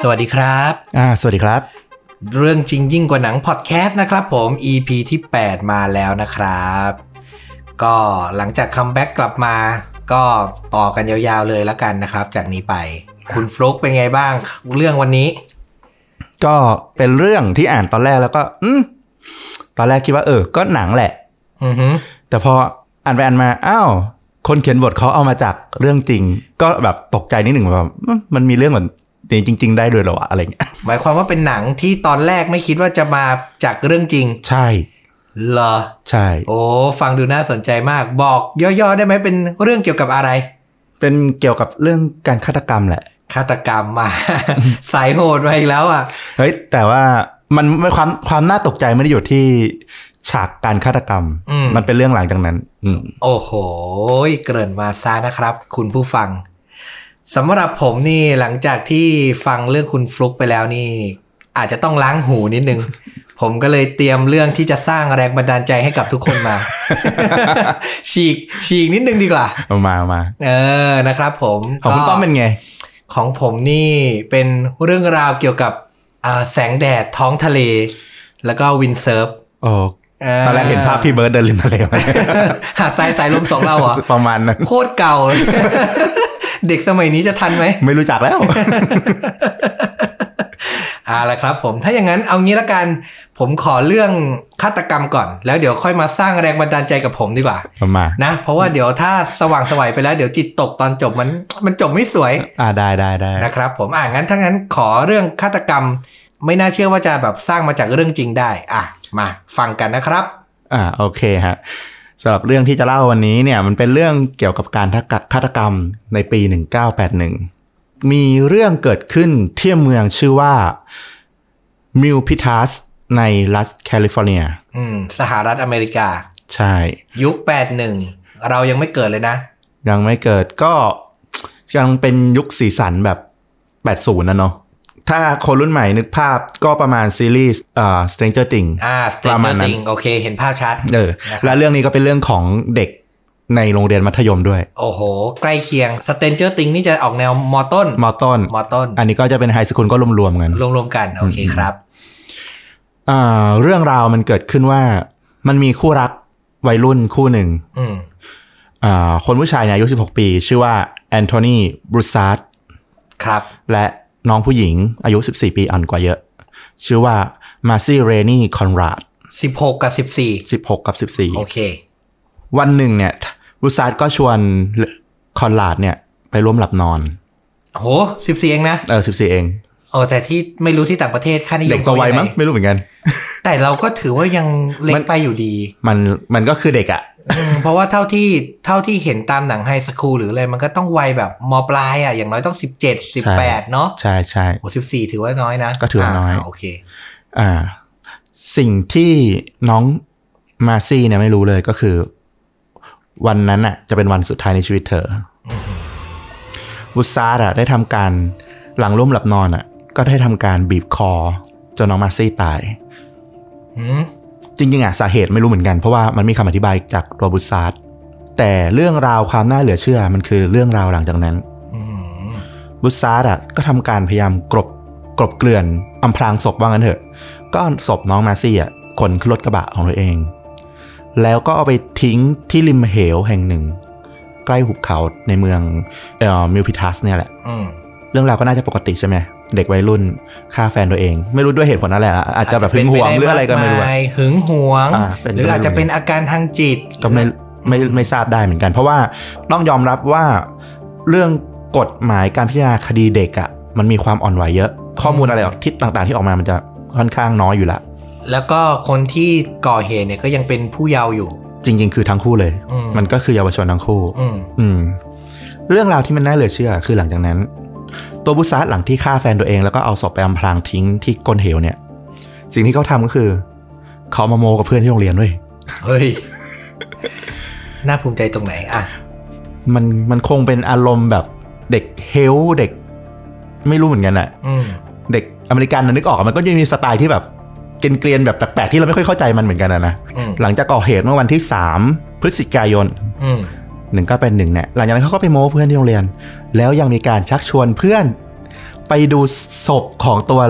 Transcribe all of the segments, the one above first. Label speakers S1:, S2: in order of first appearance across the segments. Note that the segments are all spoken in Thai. S1: สวัสดีครับ
S2: อ่าสวัสดีครับ
S1: เรื่องจริงยิ่งกว่าหนังพอดแคสต์นะครับผม EP ที่ 8 มาแล้วนะครับ ก็หลังจากคัมแบ็กกลับมา ก็ต่อกันยาวๆเลยแล้วกันนะครับ จากนี้ไป คุณฟลุกเป็นไงบ้าง เรื่องวันนี้
S2: ก็เป็นเรื่องที่อ่านตอนแรกแล้วก็ อืมตอนแรกคิดว่าเออ ก็หนังแหละ
S1: อือฮึ
S2: แต่พออ่านไปอ่านมาอ้าวคนเขียนบทเขาเอามาจากเรื่องจริง ก็แบบตกใจนิดหนึ่งแบบอืมมันมีเรื่องแบบนี้จริง ๆ ได้ด้วยเหรอวะอะไรเงี้ย
S1: หมายความว่าเป็นหนังที่ตอนแรกไม่คิดว่าจะมาจากเรื่องจริง
S2: ใช่
S1: เหรอ
S2: ใช่
S1: โอ้ ฟังดูน่าสนใจมาก บอกย่อๆได้ไหมเป็นเรื่องเกี่ยวกับอะไร
S2: เป็นเกี่ยวกับเรื่องการฆาตกรรมแหละ
S1: ฆาตกรรมมา สายโหดมาอีกแล้วอ่ะ
S2: เฮ้ย แต่ว่ามันไม่ความความน่าตกใจไม่ได้อยู่ที่ฉากการฆาตกรรม
S1: อืม
S2: นเป็นเรื่องหลังจากนั้น อืม
S1: โอ้โห เกริ่นมาซะนะครับ คุณผู้ฟังสำหรับผมนี่หลังจากที่ฟังเรื่องคุณฟลุกไปแล้วนี่ อาจจะต้องล้างหูนิดนึง ผมก็เลยเตรียมเรื่องที่จะสร้างแรงบันดาลใจให้กับทุกคนมา ฉีกฉีกนิดนึงดีกว่า
S2: เอามาเอามา
S1: เออนะครับ ผม
S2: ของคุณ
S1: ก็
S2: ต้อมเป็นไง
S1: ของผมนี่เป็นเรื่องราวเกี่ยวกับอ่าแสงแดดท้องทะเล แล้วก็วินเซิร์ฟ
S2: โอ้
S1: เ
S2: ตอนแรกเห็นภาพพี่เบิร์ดเดินริมทะเลมา
S1: หาดทรายสายลมสองเราเหรอ
S2: ประมาณนั้น
S1: โคตรเก่า เด็กสมัยนี้จะทันไหม
S2: ไม่รู้จักแล้ว
S1: เอาละครับผมถ้าอย่างนั้นเอางี้ละกัน ผมขอเรื่องฆาตกรรมก่อน แล้วเดี๋ยวค่อยมาสร้างแรงบันดาลใจกับผมดีกว่า
S2: ประ มาณ
S1: นะ เพราะว่าเดี๋ยวถ้าสว่างสวัยไปแล้วเดี๋ยวจิตตกตอนจบมัน มันจบไม่สวย
S2: อ่าได้ได้ได้
S1: นะครับผมอ่างั้นถ้างั้นขอเรื่องฆาตกรรม ไม่น่าเชื่อว่าจะแบบสร้างมาจากเรื่องจริงได้ อ่ะ มาฟังกันนะครับ
S2: อ่าโอเคฮะสำหรับเรื่องที่จะเล่าวันนี้เนี่ยมันเป็นเรื่องเกี่ยวกับการฆาตฆาตกรรมในปี 1981 มีเรื่องเกิดขึ้นเที่ยเมืองชื่อว่ามิลพิทัสในรัฐแคลิฟอร์เนีย
S1: อืม สหรัฐอเมริกา
S2: ใช่
S1: ยุค 81 เรายังไม่เกิดเลยนะ
S2: ยังไม่เกิดก็ยังเป็นยุคสีสันแบบ 80นะเนาะถ้าคนรุ่นใหม่นึกภาพก็ประมาณซีรีส์อ่า Stranger Things
S1: อ่าสเต
S2: ประ
S1: เจ
S2: มา
S1: อ
S2: ณ
S1: ร์
S2: นั้น
S1: ติงโอเค เห็นภาพชัด
S2: เออ
S1: นะครับ
S2: และเรื่องนี้ก็เป็นเรื่องของเด็กในโรงเรียนมัธยมด้วย
S1: โอ้โห ใกล้เคียงสเตนเจอร์ติงนี่จะออกแนวมอต้น
S2: มอต้น
S1: มอต้น
S2: อันนี้ก็จะเป็นไฮสคูลก็รวมๆกัน
S1: รวมๆกัน โอเคครับ
S2: อ่าเรื่องราวมันเกิดขึ้นว่า มันมีคู่รักวัยรุ่นคู่หนึ่ง
S1: อืม
S2: อ่าคนผู้ชายเนี่ยอายุ 16 ปี ชื่อว่าแอนโทนีบรูซาร์ด
S1: ครับ
S2: และน้องผู้หญิงอายุ 14 ปีอ่อนกว่าเยอะ ชื่อว่ามาซี่เรนี่คอนราด
S1: 16 กับ
S2: 16 กับ
S1: 14 โอเค
S2: 14 วันหนึ่งเนี่ยบรูซาร์ดก็ชวนคอนราดเนี่ยไปร่วมหลับนอน
S1: โห 14 เองนะ
S2: เออ 14 เอง
S1: โอ้แต่ที่ไม่รู้ที่ต่างประเทศค่านิยม
S2: เด็กตัววัยมั้ง
S1: เขายังไง
S2: ไม่รู้เหมือนกัน
S1: แต่เราก็ถือว่ายังเล็กไปอยู่ดี
S2: มันมันก็คือเด็กอะ
S1: อืมเพราะว่าเท่าที่เท่าที่เห็นตามหนังไฮสคูลหรืออะไรมันก็ต้องวัยแบบมปลายอ่ะอย่างน้อยต้องสิบเจ็ดสิบแปดเนาะ
S2: ใช่ใช่
S1: โอ้สิบสี่ถือว่าน้อยนะ
S2: ก็ถือว่าน้อย
S1: โอเค
S2: อ่าสิ่งที่น้องมาซี่เนี่ยไม่รู้เลยก็คือ วันนั้นน่ะจะเป็นวันสุดท้ายในชีวิตเธอบุซาร์ดอะได้ทำการหลังร่วมหลับนอนอะก็ได้ทำการบีบคอจนน้องมาซี่ตาย
S1: อืม
S2: จริงๆอะสาเหตุไม่รู้เหมือนกันเพราะว่ามันมีคำอธิบายจากตัวบุซาร์ดแต่เรื่องราวความน่าเหลือเชื่อมันคือเรื่องราวหลังจากนั้น
S1: อืม
S2: บุซาร์ดอะก็ทำการพยายามกรบกรบเกลื่อนอำพรางศพว่างั้นเถอะ ก็เอาศพน้องมาซี่อะขนขึ้นรถกระบะของตัวเอง แล้วก็เอาไปทิ้งที่ริมเหวแห่งหนึ่ง ใกล้หุบเขาในเมืองเอ่อมิลพิทัสเนี่ยแหละ
S1: อืม
S2: เรื่องราวก็น่าจะปกติใช่ไหม เด็กวัยรุ่นฆ่าแฟนตัวเอง ไม่รู้ด้วยเหตุผลอะไรอะอาจจะแบบหึงหวงหรืออะไรก็ไม่รู้อะ
S1: าจจะเป็นปด้ากายหึงหวง
S2: อ่าเป็น
S1: หรืออาจจะ
S2: เรื่อง
S1: เป็นอาการทางจิต
S2: ก็ไม่
S1: หรือ
S2: ไม่
S1: อืม
S2: ไม่ทราบได้เหมือนกัน เพราะว่าต้องยอมรับว่าเรื่องกฎหมายการพิจารณาคดีเด็กอะ่ะมันมีความอ่อนไหวเยอะ ข้อมูลอะไรออกทิศต่างๆ ที่ออกมามันจะค่อนข้างน้อยอยู่ละ
S1: แล้วก็คนที่ก่อเหตุเนี่ยก็ยังเป็นผู้เยาว์อยู่
S2: จริง ๆ คือทั้งคู่เลย
S1: อืม
S2: มันก็คือเยาวชนทั้งคู่
S1: อืม
S2: อืม เรื่องราวที่มันน่าเหลือเชื่อคือหลังจากนั้น ตัวบุษาหลังที่ฆ่าแฟนตัวเองแล้วก็เอาศพไปอำพรางทิ้งที่ก้นเหวเนี่ย สิ่งที่เขาทำก็คือ เขามาโมกับเพื่อนที่โรงเรียนเว้ย
S1: เฮ้ย น่าภูมิใจตรงไหนอ่ะ
S2: มันมันคงเป็นอารมณ์แบบเด็กเฮลท์เด็ก ไม่รู้เหมือนกันอะ
S1: อืม
S2: เด็กอเมริกันนะนึกออกอะมันก็ยังมีสไตล์ที่แบบเกรียนๆแบบแปลกๆที่เราไม่ค่อยเข้าใจมันเหมือนกันอะนะ
S1: อืม
S2: หลังจากก่อเหตุเมื่อวันที่ 3 พฤศจิกายน
S1: อืม
S2: 1 9 8 1เนี่ยหลังจากนั้นเขาก็ไปโม้เพื่อนที่โรงเรียน แล้วยังมีการชักชวนเพื่อน ไป ไปดูศพของตัว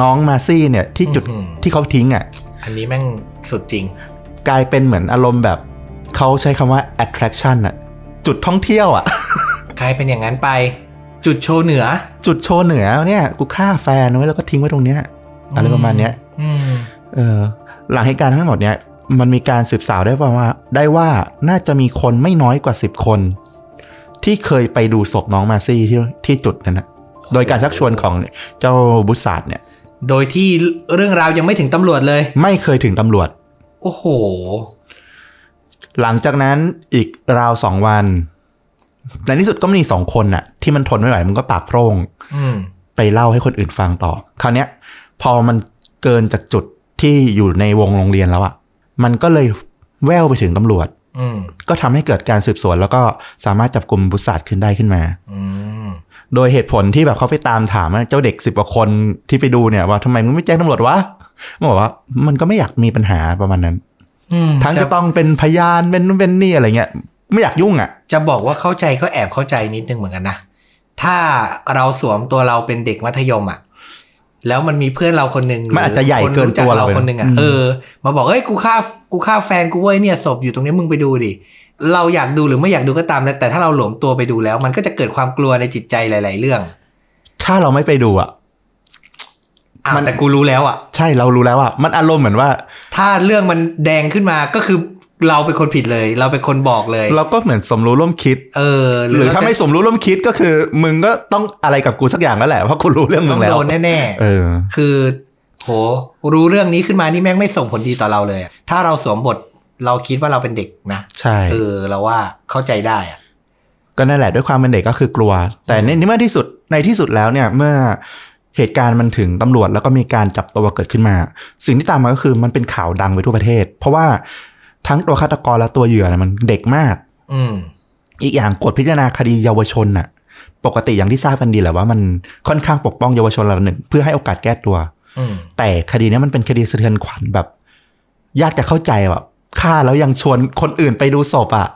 S2: น้องมาซี่เนี่ยที่จุด
S1: อื้อหือ
S2: ที่เขาทิ้งอ่ะ
S1: อันนี้แม่งสุดจริง
S2: กลายเป็นเหมือนอารมณ์แบบเขาใช้คำว่า attraction อะจุดท่องเที่ยวอะ
S1: ใครเป็นอย่างนั้นไป จุดโชว์เหนือ
S2: จุดโชว์เหนือเนี่ย กูฆ่าแฟนไว้แล้วก็ทิ้งไว้ตรงเนี้ยอะไรประมาณเนี้ย
S1: อืม
S2: เออหลังเหตุการณ์ทั้งหมดเนี่ย มันมีการสืบสาวได้ว่าว่า ได้ว่าน่าจะมีคนไม่น้อยกว่า 10 คน ที่เคยไปดูศพน้องมาซี่ที่ที่จุดนั้นนะโดยการชักชวนของเจ้าบุษาดเนี่ย
S1: โดยที่เรื่องราวยังไม่ถึงตำรวจเลย
S2: ไม่เคยถึงตำรวจ
S1: โอ้โห
S2: หลังจากนั้นอีกราวสองวันในที่สุดก็มีสองคนน่ะ ที่มันทนไม่ไหวมันก็ปากโพร่ง
S1: อืม
S2: ไปเล่าให้คนอื่นฟังต่อ คราวเนี้ย พอมันเกินจากจุดที่อยู่ในวงโรงเรียนแล้วอะ่ะ มันก็เลยแว่วไปถึงตำรวจ
S1: อืม
S2: ก็ทำให้เกิดการสืบสวน แล้วก็สามารถจับกลุ่มบุษาดขึ้นได้ขึ้นมา
S1: อืม
S2: โดยเหตุผลที่แบบเขาไปตามถามว่าเจ้าเด็กสิบกว่าคนที่ไปดูเนี่ยว่าทำไมมึงไม่แจ้งตำรวจวะมันบอกว่ามันก็ไม่อยากมีปัญหาประมาณนั้น
S1: อืม
S2: ทั้งจะต้องเป็นพยานเป็นนู่นเป็นนี่อะไรเงี้ย ไม่อยากยุ่งอะ่ะ
S1: จะบอกว่าเข้าใจก็แอบเข้าใจนิดนึงเหมือนกันนะ ถ้าเราสวมตัวเราเป็นเด็กมัธยมอะแล้วมันมีเพื่อนเราคนหนึ่ง
S2: มันอาจจะใหญ่เกินตัว
S1: หรือครู้จัเรา
S2: เราไปนะ
S1: คนหนึ่งอะ
S2: อืม
S1: เออ มาบอกเอ้ยกูฆ่ากูฆ่าแฟนกูเว้ยเนี่ยศพอยู่ตรงนี้มึงไปดูดิ เราอยากดูหรือไม่อยากดูก็ตามนะแต่ถ้าเราหลวมตัวไปดูแล้ว มันก็จะเกิดความกลัวในจิตใจหลาย ๆ เรื่อง
S2: ถ้าเราไม่ไปดูอ่ะ
S1: อ้าว
S2: มัน
S1: แต่กูรู้แล้วอะ
S2: ใช่เรารู้แล้วอ่ะมันอารมณ์เหมือนว่า
S1: ถ้าเรื่องมันแดงขึ้นมาก็คือเราเป็นคนผิดเลย เราเป็นคนบอกเลย
S2: เราก็เหมือนสมรู้ร่วมคิด
S1: เออ
S2: หรือ
S1: เจะ
S2: ถ้าไม่สมรู้ร่วมคิดก็คือ มึงก็ต้องอะไรกับกูสักอย่างแล้วแหละเพราะกูรู้เรื่องมึ
S1: ต้อง ง
S2: แล้ว
S1: โดนแน่
S2: เออ
S1: ๆคือ โห รู้เรื่องนี้ขึ้นมานี่แม่งไม่ส่งผลดีต่อเราเลยอะถ้าเราสวมบทเราคิดว่าเราเป็นเด็กนะ
S2: ใช่
S1: เออ เราว่าเข้าใจได้อะ
S2: ก็นั่นแหละด้วยความเป็นเด็กก็คือกลัว แต่ในเมื่อที่สุดในที่สุดแล้วเนี่ยเมื่อเหตุการณ์มันถึงตำรวจแล้วก็มีการจับตัวเกิดขึ้นมา สิ่งที่ตามมาก็คือมันเป็นข่าวดังไปทั่วประเทศ เพราะว่าทั้งตัวฆาตกรและตัวเหยื่อเนี่ยมันเด็กมาก
S1: อืม
S2: อีกอย่างกฎพิจารณาคดีเยาวชนน่ะ ปกติอย่างที่ทราบกันดีแหละว่ามันค่อนข้างปกป้องเยาวชนระดับหนึ่งเพื่อให้โอกาสแก้ตัว
S1: อืม
S2: แต่คดีเนี้ยมันเป็นคดีสะเทือนขวัญแบบ ยากจะเข้าใจแบบฆ่าแล้วยังชวนคนอื่นไปดูศพอ่ะ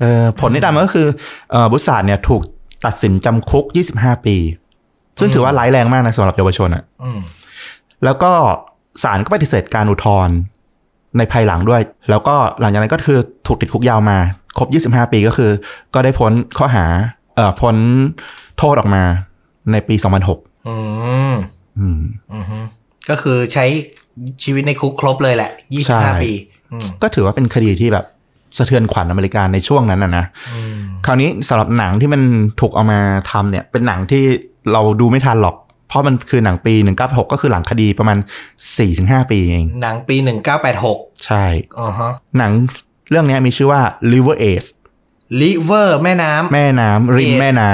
S2: เออผลที่ตามมาก็คือเออบุษราเนี่ยถูกตัดสินจำคุก 25 ปี ซึ่งถือว่าร้ายแรงมากนะสำหรับเยาวชนอ่ะ
S1: อืม
S2: แล้วก็ศาลก็ปฏิเสธการอุทธรณ์ในภายหลังด้วย แล้วก็หลังจากนั้นก็คือถูกติดคุกยาวมา ครบ 25 ปีก็คือ ก็ได้พ้นข้อหาเอ่อพ้นโทษออกมาในปี 2006
S1: อืม
S2: อืม
S1: อือฮึก็คือใช้ชีวิตในคุกครบเลยแหละยี่
S2: ใช่
S1: สิบห้าปี อืม
S2: ก็ถือว่าเป็นคดีที่แบบสะเทือนขวัญอเมริกาในช่วงนั้นนะนะ
S1: อืม
S2: คราวนี้สำหรับหนังที่มันถูกเอามาทำเนี่ย เป็นหนังที่เราดูไม่ทันหรอก เพราะมันคือหนังปี 196 ก็คือหลังคดีประมาณ 4-5 ปีเอง
S1: หนังปีหนึ่งเก้าแปดหก
S2: ใช่
S1: อ๋อฮะ
S2: หนังเรื่องเนี้ยมีชื่อว่า River Ace
S1: ลิเวอร์แม่น้ำ
S2: แม่น้ำริม
S1: Ace
S2: แม่น้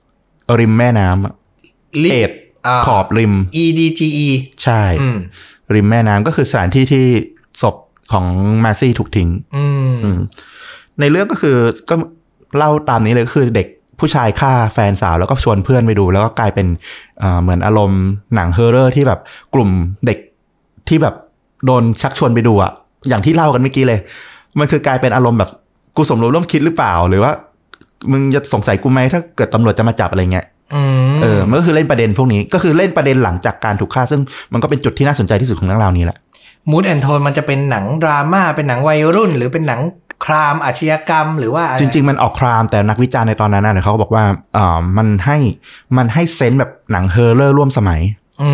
S2: ำริมแม่น้ำอะ
S1: ลิ
S2: Ace
S1: า
S2: ขอบริม
S1: E D G E
S2: ใช่
S1: อืม
S2: ริมแม่น้ำก็คือสถานที่ที่ศพของมาซี่ถูกทิ้ง
S1: อืม
S2: อืมในเรื่องก็คือก็เล่าตามนี้เลยก็คือเด็กผู้ชายฆ่าแฟนสาวแล้วก็ชวนเพื่อนไปดู แล้วก็กลายเป็นเอ่อเหมือนอารมณ์หนังเฮอร์เรอร์ที่แบบกลุ่มเด็กที่แบบโดนชักชวนไปดูอะอย่างที่เล่ากันเมื่อกี้เลย มันคือกลายเป็นอารมณ์แบบกูสมรู้ร่วมคิดหรือเปล่า หรือว่า มึงจะสงสัยกูไหมถ้าเกิดตำรวจจะมาจับอะไรเงี้ย
S1: อืม
S2: เออมันก็คือเล่นประเด็นพวกนี้ก็คือเล่นประเด็นหลังจากการถูกฆ่า ซึ่งมันก็เป็นจุดที่น่าสนใจที่สุดของเรื่องราวนี้แหละ
S1: มูดแอนโทนมันจะเป็นหนังดราม่า เป็นหนังวัยรุ่น หรือเป็นหนังครามอาชญากรรม หรือว่าอะไ
S2: จริง ๆ มันออกครามแต่นักวิจารณ์ในตอนนั้นน่ะเดี๋ยวเขาก็บอกว่าเอ่อมันให้มันให้เซนส์แบบหนังเฮอร์เรอร์ร่วมสมัย
S1: อื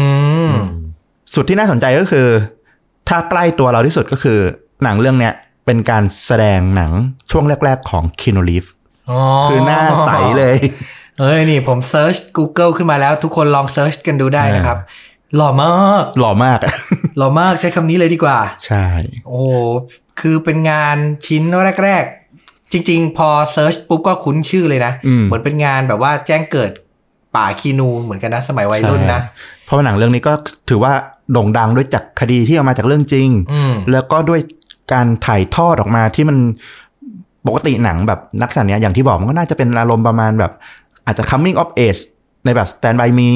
S1: ม
S2: สุดที่น่าสนใจก็คือ ถ้าใกล้ตัวเราที่สุดก็คือ หนังเรื่องเนี้ยเป็นการแสดงหนังช่วงแรก ๆ ของคิโนลีฟ
S1: อ๋อ
S2: คือหน้าใสเลย
S1: เอ้ยนี่ผมเซิร์ช Google ขึ้นมาแล้วทุกคนลองเซิร์ชกันดูได้นะครับ หล่อมาก
S2: หล่อมาก
S1: หล่อมากใช้คำนี้เลยดีกว่า
S2: ใช่
S1: โอ้โหคือเป็นงานชิ้นแรก ๆ จริง ๆ พอเซิร์ชปุ๊บก็คุ้นชื่อเลยนะ
S2: อืม
S1: เหมือนเป็นงานแบบว่าแจ้งเกิดป่าคีนูเหมือนกันนะ สมัยวัยรุ่นนะ
S2: ใช่เพราะว่าหนังเรื่องนี้ก็ถือว่าโด่งดังด้วยจากคดีที่เอามาจากเรื่องจริง
S1: อืม
S2: แล้วก็ด้วยการถ่ายทอดออกมาที่มันปกติหนังแบบนักสันเนี้ยอย่างที่บอกมันก็น่าจะเป็นอารมณ์ประมาณแบบ อาจจะ coming of age ในแบบ stand by me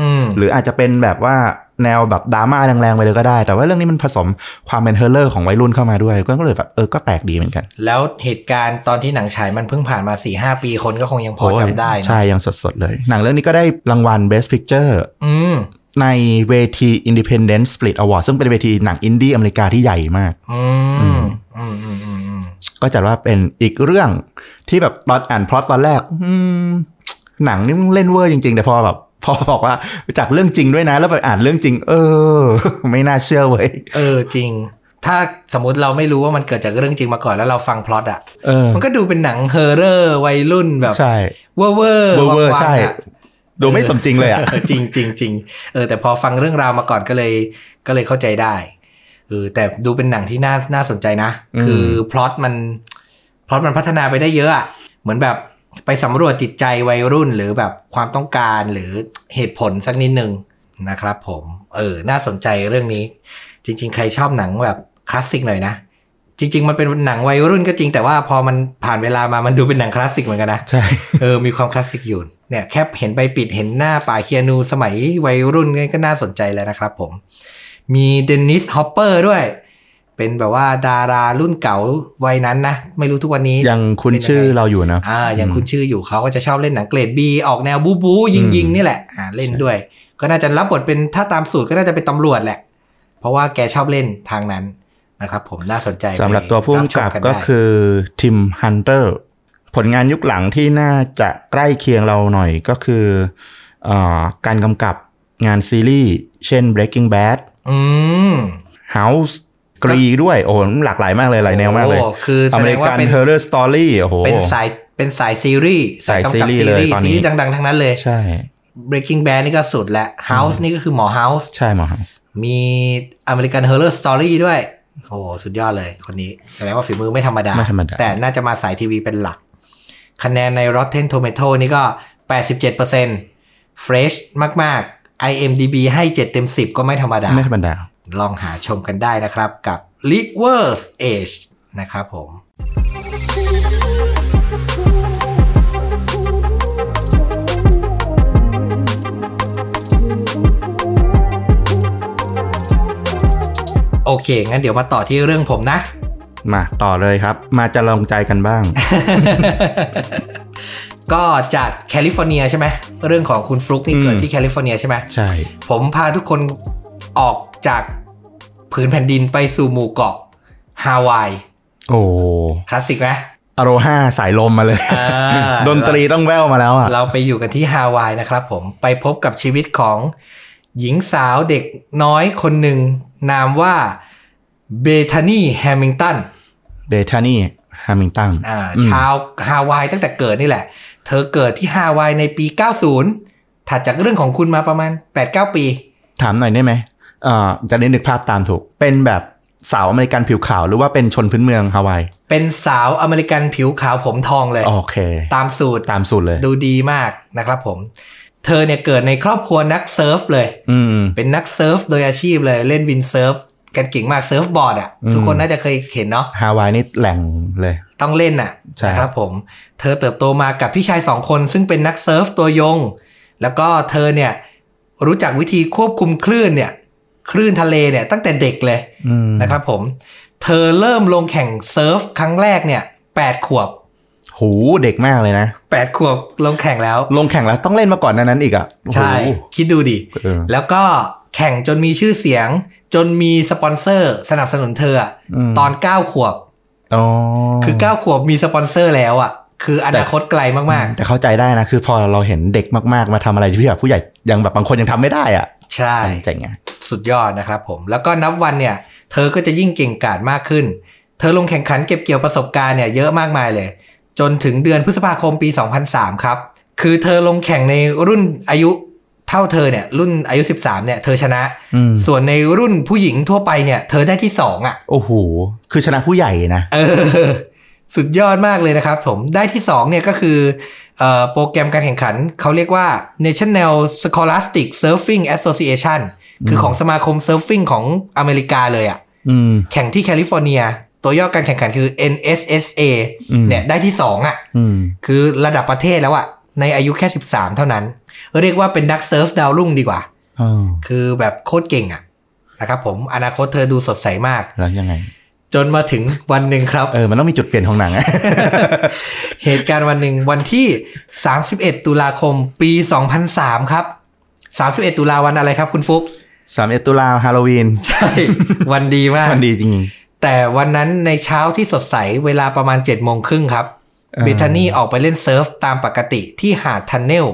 S1: อืม
S2: หรืออาจจะเป็นแบบว่า แนวแบบดราม่าแรงๆไปเลยก็ได้ แต่ว่าเรื่องนี้มันผสมความเป็นเฮอร์เลอร์ของวัยรุ่นเข้ามาด้วย ก็เลยแบบเออก็แปลกดีเหมือนกัน
S1: แล้วเหตุการณ์ตอนที่หนังฉายมันเพิ่งผ่านมาสี่ห้าปีคนก็คงยังพอจำได้
S2: โอ้ย
S1: นะ
S2: ใช่ยังสดๆเลย หนังเรื่องนี้ก็ได้รางวัล Best Picture
S1: อืม
S2: ในเวที Independent Split Award ซึ่งเป็นเวทีหนังอินดี้อเมริกาที่ใหญ่มาก
S1: อืมอืมอืมอืมอืม
S2: ก็จัดว่าเป็นอีกเรื่องที่แบบตอนอ่านพล็อตตอนแรกอืมหนังนี่มันเล่นเวอร์จริง ๆ แต่พอแบบ พอบอกว่าจากเรื่องจริงด้วยนะ แล้วไปอ่านเรื่องจริง เออ ไม่น่าเชื่อเว้ย
S1: เออจริง ถ้าสมมติเราไม่รู้ว่ามันเกิดจากเรื่องจริงมาก่อนแล้วเราฟังพล็อตอ่ะ
S2: เออ
S1: มันก็ดูเป็นหนังเฮอร์เรอร์วัยรุ่นแบบ
S2: ใช่
S1: เวอร์เวอร์
S2: เวอร์เวอร์
S1: วังๆ
S2: ใช่
S1: อะ
S2: ดูไม่สมจริงเลยอ่ะ
S1: จริงจริงจริงเออแต่พอฟังเรื่องราวมาก่อนก็เลยก็เลยเข้าใจได้เออแต่ดูเป็นหนังที่น่าน่าสนใจนะ
S2: อืม
S1: คือพล็อตมันพล็อตมันพัฒนาไปได้เยอะอะเหมือนแบบไปสำรวจจิตใจวัยรุ่น หรือแบบความต้องการหรือเหตุผลสักนิดนึงนะครับผมเออน่าสนใจเรื่องนี้ จริง ๆ ใครชอบหนังแบบคลาสสิกหน่อยนะ จริง ๆ มันเป็นหนังวัยรุ่นก็จริง แต่ว่าพอมันผ่านเวลามามันดูเป็นหนังคลาสสิกเหมือนกันนะ
S2: ใช่
S1: เออ มีความคลาสสิกอยู่ เนี่ย แค่เห็นใบปิด เห็นหน้าป่าเคียนูสมัยวัยรุ่นนี่ก็น่าสนใจแล้วนะครับผม มีเดนนิสฮอปเปอร์ด้วย เป็นแบบว่าดารารุ่นเก่าวัยนั้นนะ ไม่รู้ทุกวันนี้
S2: ยังคุ้น
S1: เป็ไ
S2: ชื่อเราอยู่นะ
S1: อ่า ยังคุ้นชื่ออยู่เขาก็จะชอบเล่นหนังเกรดบีออกแนวบู๊บูยิงยิงๆ นี่แหละ อ่า เล่นด้วย ก็น่าจะรับบทเป็นถ้าตามสูตรก็น่าจะเป็นตำรวจแหละ เพราะว่าแกชอบเล่นทางนั้นนะครับผม น่าสนใจ
S2: สำหรับตัวผู้กำกับก็
S1: อ
S2: คือทิมฮันเตอร์ ผลงานยุคหลังที่น่าจะใกล้เคียงเราหน่อยก็คือเออการกำกับงานซีรีส์ เช่น Breaking Bad
S1: อืม
S2: House กรีด้วย โอ้โหหลากหลายมากเลยหลายแนวมากเลย
S1: โอ้คือแส
S2: อเม
S1: ด
S2: ริ
S1: งว่า
S2: กัน
S1: เป็น
S2: เฮอร์เรอร์สตอรี่โอ้โห
S1: เป็นสายเป็นสายซีรีส์
S2: สาย
S1: กำกับ
S2: ซีรีส์เลยตอนนี้
S1: ซีรีส์ดัง ๆ ทั้งนั้นเลย
S2: ใช่
S1: Breaking Bad นี่ก็สุดและ House นี่ก็คือหมอ House
S2: ใช่หมอ House
S1: มี American Horror Story ด้วย โอ้สุดยอดเลยคนนี้แสดงว่าฝีมือไม่ธรรมดา
S2: ไม่ธรรมดา
S1: แต่น่าจะมาสายทีวีเป็นหลัก คะแนนใน Rotten Tomato นี่ก็ 87% Fresh มาก ๆ IMDB ให้ 7 เต็ม 10 ก็ไม่ธรรมดา
S2: ไม่ธรรมดา
S1: ลองหาชมกันได้นะครับกับ l i v e r s Age นะครับผม โอเค งั้นเดี๋ยวมาต่อที่เรื่องผมนะ
S2: มาต่อเลยครับ มาจะลองใจกัน บ้าง
S1: ก็จากแคลิฟอร์เนียใช่ไหมเรื่องของคุณฟลุกนี่
S2: อืม
S1: เกิดที่แคลิฟอร์เนียใช่ไหม
S2: ใช่
S1: ผมพาทุกคนออกจากผืนแผ่นดินไปสู่หมู่เกาะฮาวาย
S2: โอ้
S1: คลาสสิกไหม
S2: อโรฮาสายลมมาเลย
S1: อ่า
S2: ดนตรีต้องแว่วมาแล้วอ่ะ
S1: เราไปอยู่กันที่ฮาวายนะครับผมไปพบกับชีวิตของหญิงสาวเด็กน้อยคนหนึ่ง นามว่าเบธานีแฮมิงตัน
S2: เบธานีแฮมิงตัน
S1: อ่า
S2: อืม
S1: ชาวฮาวายตั้งแต่เกิดนี่แหละ เธอเกิดที่ฮาวายในปี 90 ถัดจากเรื่องของคุณมาประมาณ 8-9 ปี
S2: ถามหน่อยได้ไหมเอ่อจะได้นึกภาพตามถูก เป็นแบบสาวอเมริกันผิวขาวหรือว่าเป็นชนพื้นเมืองฮาวาย
S1: เป็นสาวอเมริกันผิวขาวผมทองเลย
S2: โอเค
S1: ตามสูตร
S2: ตามสูตรเลย
S1: ดูดีมากนะครับผม เธอเนี่ยเกิดในครอบครัวนักเซิร์ฟเลย
S2: อืม
S1: เป็นนักเซิร์ฟโดยอาชีพเลยเล่นวินเซิร์ฟกันเก่งมากเซิร์ฟบอร์ดอ่ะ
S2: อืม
S1: ทุกคนน่าจะเคยเห็นเนาะ
S2: ฮาวายนี่แหล่งเลย
S1: ต้องเล่นอ่ะ
S2: ใช่
S1: นะครับผม เธอเติบโตมากับพี่ชายสองคนซึ่งเป็นนักเซิร์ฟตัวยง แล้วก็เธอเนี่ยรู้จักวิธีควบคุมคลื่นเนี่ย คลื่นทะเลเนี่ยตั้งแต่เด็กเลย
S2: อืม
S1: นะครับผม เธอเริ่มลงแข่งเซิร์ฟครั้งแรกเนี่ยแปดขวบ
S2: หูเด็กมากเลยนะ
S1: แปดขวบลงแข่งแล้ว
S2: ลงแข่งแล้วต้องเล่นมาก่อนหนานั้นอีกอ่ะโอ้โห
S1: ใช่ คิดดูดิ
S2: เออ
S1: แล้วก็แข่งจนมีชื่อเสียง จนมีสปอนเซอร์สนับสนุนเธออะ
S2: ม
S1: ตอน 9 ขวบ
S2: อ๋อ
S1: คือ 9 ขวบมีสปอนเซอร์แล้วอ่ะ คืออนาคตไกลมาก
S2: แต่เข้าใจได้นะ คือพอเราเห็นเด็กมากๆ มาทำอะไรที่แบบผู้ใหญ่ยังแบบบางคนยังทำไม่ได้อ่ะ
S1: ๆ ใช่
S2: เจ๋งอ่ะ
S1: สุดยอดนะครับผม แล้วก็นับวันเนี่ย เธอก็จะยิ่งเก่งกาจมากขึ้น เธอลงแข่งขันเก็บเกี่ยวประสบการณ์เนี่ยเยอะมากมายเลย จนถึงเดือนพฤษภาคมปี 2003 ครับ คือเธอลงแข่งในรุ่นอายุเท่าเธอเนี่ยรุ่นอายุ 13เนี่ยเธอชนะ
S2: อืม
S1: ส่วนในรุ่นผู้หญิงทั่วไปเนี่ย เธอได้ที่สองอ่ะ
S2: โอ้โหคือชนะผู้ใหญ่นะ
S1: เออ สุดยอดมากเลยนะครับผมได้ที่สองเนี่ยก็คือเอ่อโปรแกรมการแข่งขันเขาเรียกว่า National Scholastic Surfing Association คือของสมาคมเซิร์ฟฟิ่งของอเมริกาเลยอะ่ะ
S2: อืม
S1: แข่งที่แคลิฟอร์เนีย ตัวย่อการแข่งขันคือ NSSA
S2: อืม
S1: เนี่ยได้ที่สองอ่ะ
S2: อืม
S1: คือระดับประเทศแล้วอะในอายุแค่ 13 เท่านั้น เรียกว่าเป็นนักเซิร์ฟดาวรุ่งดีกว่า
S2: เออ
S1: คือแบบโคตรเก่งอะนะครับผมอนาคตเธอดูสดใสมาก
S2: แล้วยังไง
S1: จนมาถึงวันหนึ่งครับ
S2: เออ มันต้องมีจุดเปลี่ยนของหนังอะ
S1: เหตุการณ์วันหนึ่งวันที่ 31 ตุลาคมปี 2003 ครับ 31 ตุลาวันอะไรครับคุณฟุก
S2: สามเอดตุลาฮาโลวีน
S1: ใช่ วันดีมาก
S2: มันดีจริง
S1: แต่วันนั้นในเช้าที่สดใสเวลาประมาณ7จ็ดโมงครึ่งครับ
S2: อ่า
S1: เบธานีออกไปเล่นเซิร์ฟตามปกติที่หาดทันเนล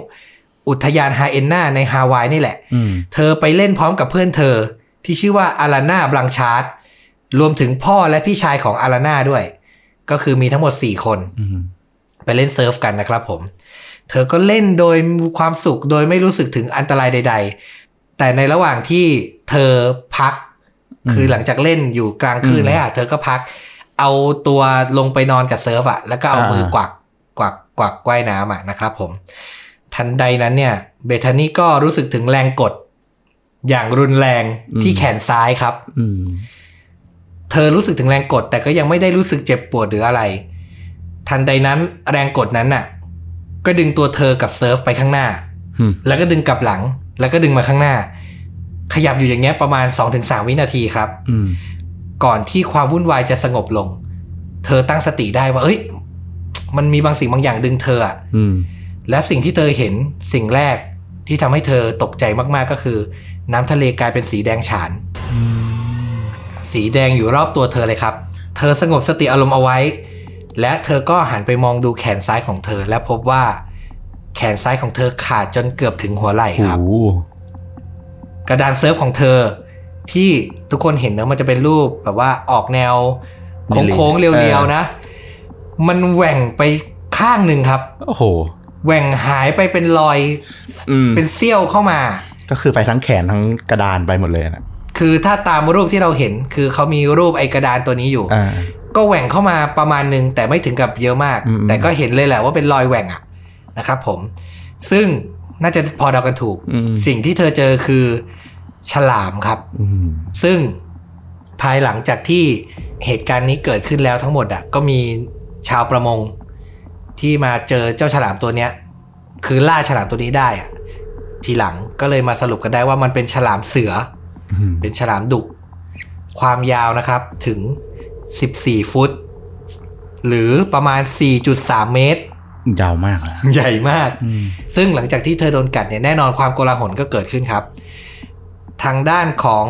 S1: อุทยานฮาเอนนาในฮาวายนี่แหละ
S2: ๆอืม
S1: เธอไปเล่นพร้อมกับเพื่อนเธอ ที่ชื่อว่าอาราน่าบลังชาร์ดรวมถึงพ่อและพี่ชายของอาราน่าด้วย ก็คือมีทั้งหมด 4 คน
S2: อืม
S1: ไปเล่นเซิร์ฟกันนะครับผม เธอก็เล่นโดยมีความสุขโดยไม่รู้สึกถึงอันตรายใด ๆ แต่ในระหว่างที่เธอพัก
S2: อืม
S1: คือหลังจากเล่นอยู่กลางคืน
S2: อืม
S1: แล้วอะเธอก็พัก เอาตัวลงไปนอนกับเซิร์ฟอะแล้วก็เอา
S2: อ่ามื
S1: มือกวักกวักกวักว่ายน้ำอะนะครับผม ทันใดนั้นเนี่ย เบธานี่ก็รู้สึกถึงแรงกด อย่างรุนแรงที่แขนซ้ายครับ
S2: อืม
S1: เธอรู้สึกถึงแรงกดแต่ก็ยังไม่ได้รู้สึกเจ็บปวดหรืออะไร ทันใดนั้นแรงกดนั้นน่ะ ก็ดึงตัวเธอกับเซิร์ฟไปข้างหน้า
S2: อืม
S1: แล้วก็ดึงกลับหลัง แล้วก็ดึงมาข้างหน้า ขยับอยู่อย่างเงี้ยประมาณ 2-3 วินาทีครับ
S2: อืม
S1: ก่อนที่ความวุ่นวายจะสงบลง เธอตั้งสติได้ว่า เอ้ย มันมีบางสิ่งบางอย่างดึงเธออะ
S2: อืม
S1: และสิ่งที่เธอเห็นสิ่งแรกที่ทำให้เธอตกใจมากๆก็คือ น้ำทะเลกลายเป็นสีแดงฉาน สีแดงอยู่รอบตัวเธอเลยครับ เธอสงบสติอารมณ์เอาไว้ และเธอก็หันไปมองดูแขนซ้ายของเธอ และพบว่าแขนซ้ายของเธอขาดจนเกือบถึงหัวไหล่
S2: โอ้
S1: ครับ
S2: โห
S1: กระดานเซิร์ฟของเธอ ที่ทุกคนเห็นเนะมันจะเป็นรูปแบบว่าออกแนวโค้งๆเรียวๆนะ มันแหว่งไปข้างหนึ่งครับ
S2: โอ้โห
S1: แหว่งหายไปเป็นรอย
S2: อืม
S1: เป็นเซี่ยวเข้ามา
S2: ก็คือไปทั้งแขนทั้งกระดานไปหมดเลยนะ
S1: คือถ้าตามรูปที่เราเห็น คือเขามีรูปไอ้กระดานตัวนี้อยู่
S2: อ่า
S1: ก็แหว่งเข้ามาประมาณหนึง แต่ไม่ถึงกับเยอะมาก
S2: อืม
S1: แต่ก็เห็นเลยแหละว่าเป็นรอยแหว่งอะนะครับผม ซึ่งน่าจะพอเดากันถูก
S2: อืม
S1: สิ่งที่เธอเจอคือฉลามครับ
S2: อืม
S1: ซึ่งภายหลังจากที่เหตุการณ์นี้เกิดขึ้นแล้วทั้งหมดอะก็มีชาวประมงที่มาเจอเจ้าฉลามตัวเนี้ย คือล่าฉลามตัวนี้ได้อะทีหลังก็เลยมาสรุปกันได้ว่ามันเป็นฉลามเสือ
S2: อืม
S1: เป็นฉลามดุ ความยาวนะครับถึง 14 ฟุต หรือประมาณ 4.3 เมตร
S2: ยาวมากอะ
S1: ใหญ่มาก
S2: อืม
S1: ซึ่งหลังจากที่เธอโดนกัดเนี่ยแน่นอนความโกลาหลก็เกิดขึ้นครับ ทางด้านของ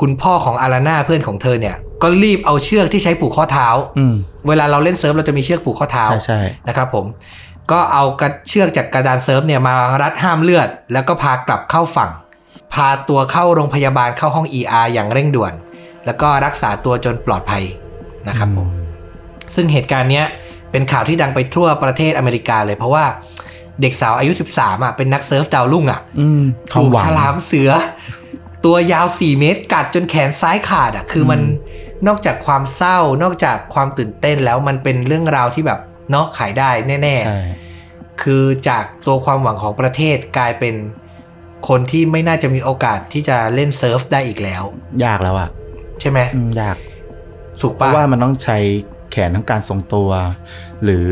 S1: คุณพ่อของอาราน่าเพื่อนของเธอเนี่ย ก็รีบเอาเชือกที่ใช้ผูกข้อเท้า
S2: อืม
S1: เวลาเราเล่นเซิร์ฟเราจะมีเชือกผูกข้อเท้า
S2: ใช่ใช่
S1: นะครับผม ก็เอากระเชือกจากกระดานเซิร์ฟเนี่ยมารัดห้ามเลือด แล้วก็พากลับเข้าฝั่ง พาตัวเข้าโรงพยาบาลเข้าห้อง ER อย่างเร่งด่วน แล้วก็รักษาตัวจนปลอดภัยนะครับผม ซึ่งเหตุการณ์เนี้ยเป็นข่าวที่ดังไปทั่วประเทศอเมริกาเลย เพราะว่าเด็กสาวอายุ 13อ่ะเป็นนักเซิร์ฟดาวรุ่งอ่ะ
S2: อืมความ
S1: ถูก
S2: หวัง
S1: ฉลามเสือ ตัวยาว 4 เมตรกัดจนแขนซ้ายขาดอ่ะคือมันนอกจากความเศร้านอกจากความตื่นเต้นแล้วมันเป็นเรื่องราวที่แบบเนาะขายได้แน่
S2: ใช่
S1: ๆ คือจากตัวความหวังของประเทศกลายเป็นคนที่ไม่น่าจะมีโอกาสที่จะเล่นเซิร์ฟได้อีกแล้ว
S2: ยากแล้วอ่ะ
S1: ใช่ไหม
S2: อืมยาก
S1: ถูก
S2: เพ
S1: ปะ
S2: ราะว่ามันต้องใช้แขนทั้งการทรงตัว หรือ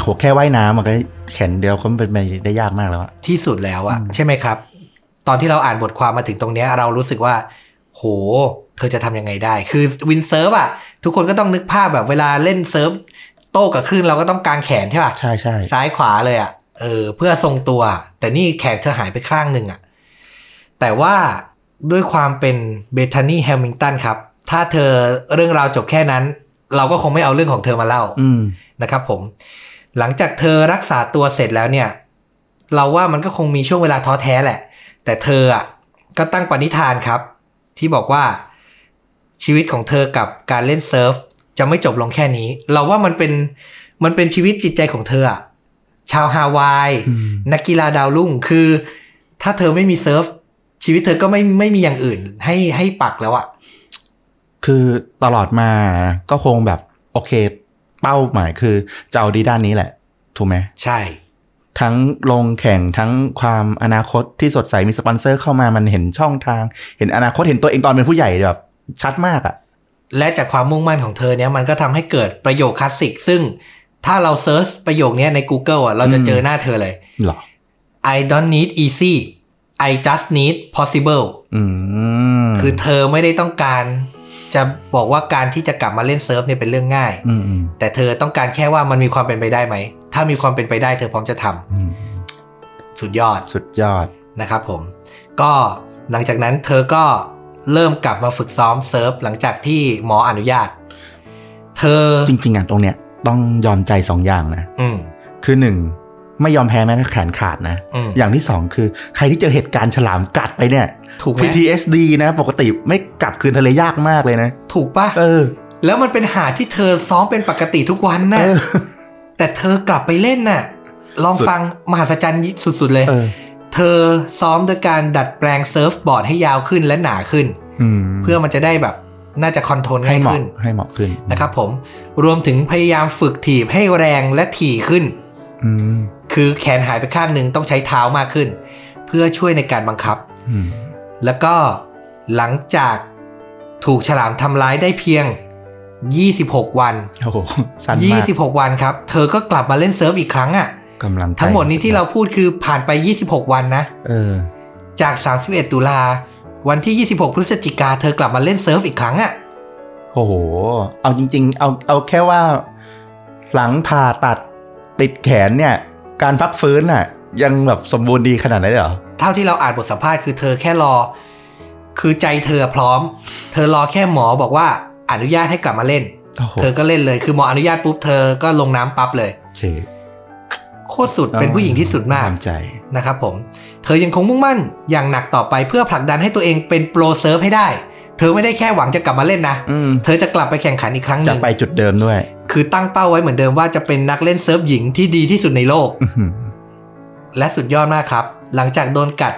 S2: โหแค่ว่ายน้ำมันก็แขนเดียวก็เป็นไปได้ยากมากแล้วอะ
S1: ที่สุดแล้วอะ
S2: อืม
S1: ใช่ไหมครับ ตอนที่เราอ่านบทความมาถึงตรงเนี้ยเรารู้สึกว่า โห เธอจะทำยังไงได้ คือวินเซิร์ฟอะทุกคนก็ต้องนึกภาพแบบเวลาเล่นเซิร์ฟ โต้กับคลื่นเราก็ต้องกางแขนใช่ป่ะ
S2: ใช่ใช่
S1: ซ้ายขวาเลยอะเออ เพื่อทรงตัว แต่นี่แขนเธอหายไปข้างหนึ่งอะแต่ว่าด้วยความเป็นเบธานีแฮมิงตันครับ ถ้าเธอเรื่องราวจบแค่นั้น เราก็คงไม่เอาเรื่องของเธอมาเล่า
S2: อืม
S1: นะครับผม หลังจากเธอรักษาตัวเสร็จแล้วเนี่ย เราว่ามันก็คงมีช่วงเวลาท้อแท้แหละ แต่เธออ่ะก็ตั้งปณิธานครับ ที่บอกว่าชีวิตของเธอกับการเล่นเซิร์ฟจะไม่จบลงแค่นี้ เราว่ามันเป็นมันเป็นชีวิตจิตใจของเธออะชาวฮาวาย
S2: อืม
S1: นักกีฬาดาวรุ่งคือ ถ้าเธอไม่มีเซิร์ฟ ชีวิตเธอก็ไม่ไม่มีอย่างอื่น ให้ให้ปักแล้วอะ
S2: คือตลอดมาก็คงแบบโอเค เป้าหมายคือจะเอาดีด้านนี้แหละ ถูกไหม
S1: ใช่
S2: ทั้งลงแข่งทั้งความอนาคตที่สดใสมีสปอนเซอร์เข้ามามันเห็นช่องทาง เห็นอนาคตเห็นตัวเองตอนเป็นผู้ใหญ่แบบชัดมากอะ่ะ
S1: และจากความมุ่งมั่นของเธอเนี่ยมันก็ทำให้เกิดประโยคคลาสสิก ซึ่งถ้าเราเซิร์ชประโยคเนี้ยใน Google อ่ะเราจะเจอหน้าเธอเลย
S2: หรอ
S1: I don't need easy I just need possible
S2: อืม
S1: คือเธอไม่ได้ต้องการจะบอกว่าการที่จะกลับมาเล่นเซิร์ฟเนี่ยเป็นเรื่องง่าย
S2: อืมอืม
S1: แต่เธอต้องการแค่ว่ามันมีความเป็นไปได้ไหม ถ้ามีความเป็นไปได้เธอพร้อมจะทำ
S2: อืม
S1: สุดยอด
S2: สุดยอด
S1: นะครับผม ก็หลังจากนั้นเธอก็เริ่มกลับมาฝึกซ้อมเซิร์ฟหลังจากที่หมออนุญาต เธอ
S2: จริง ๆอ่ะตรงเนี้ยต้องยอมใจสองอย่างนะ
S1: อืม
S2: คือหนึ่งไม่ยอมแพ้แม้แต่แขนขาดนะ
S1: อืม
S2: อย่างที่สองคือใครที่เจอเหตุการณ์ฉลามกัดไปเนี่ย
S1: ถูกไหม
S2: PTSD นะ ปกติไม่กลับคืนทะเลยากมากเลยนะ
S1: ถูกปะ
S2: เออ
S1: แล้วมันเป็นหาดที่เธอซ้อมเป็นปกติทุกวัน
S2: เอ
S1: นะ่ะ
S2: อ
S1: แต่เธอกลับไปเล่นน่ะ ลอง
S2: สุด
S1: ฟังมหัศจรรย์สุดๆเลย
S2: เออ
S1: เธอซ้อมโดยการดัดแปลงเซิร์ฟบอร์ดให้ยาวขึ้นและหนาขึ้น
S2: อืม
S1: เพื่อมันจะได้แบบน่าจะคอนโทรล
S2: ให้
S1: ง่าย
S2: เหมาะ
S1: ขึ้น
S2: ให้เหมาะขึ้น
S1: นะครับผมรวมถึงพยายามฝึกถีบให้แรงและถี่ขึ้น
S2: อืม
S1: คือแขนหายไปข้างหนึ่งต้องใช้เท้ามากขึ้น เพื่อช่วยในการบังคับ
S2: อืม
S1: แล้วก็หลังจากถูกฉลามทำร้ายได้เพียง 26 วัน
S2: โอ้โหสั้นมาก
S1: 26 วันครับ เธอก็กลับมาเล่นเซิร์ฟอีกครั้งอะ่ะ
S2: กำลังใจ
S1: ทั้งหมดนี้ที่เราพูดคือผ่านไป 26 วันนะ
S2: เออ
S1: จาก 31 ตุลา วันที่ 26 พฤศจิกาเธอกลับมาเล่นเซิร์ฟอีกครั้งอะ่ะ
S2: โอ้โห เอาจริง ๆ เอาเอาแค่ว่า หลังผ่าตัดติดแขนเนี่ย การพักฟื้นน่ะ ยังแบบสมบูรณ์ดีขนาดนั้นเลยเหรอ
S1: เท่าที่เราอ่านบทสัมภาษณ์คือเธอแค่รอ คือใจเธอพร้อม เธอรอแค่หมอบอกว่าอนุญาตให้กลับมาเล่น
S2: โอ้โห
S1: เธอก็เล่นเลย คือหมออนุญาตปุ๊บเธอก็ลงน้ำปั๊บเลย
S2: เช
S1: โคตรสุด เป็นผู้หญิงที่สุดมาก
S2: ตามใจ
S1: นะครับผม เธอยังคงมุ่งมั่นอย่างหนักต่อไปเพื่อผลักดันให้ตัวเองเป็นโปรเซิร์ฟให้ได้ เธอไม่ได้แค่หวังจะกลับมาเล่นนะ
S2: อืม
S1: เธอจะกลับไปแข่งขันอีกครั้งห
S2: จะ
S1: นึ่ง
S2: ไปจุดเดิมด้วย
S1: คือตั้งเป้าไว้เหมือนเดิมว่าจะเป็นนักเล่นเซิร์ฟหญิงที่ดีที่สุดในโลก
S2: อื้อหือ
S1: และสุดยอดมากครับ หลังจากโดนกัด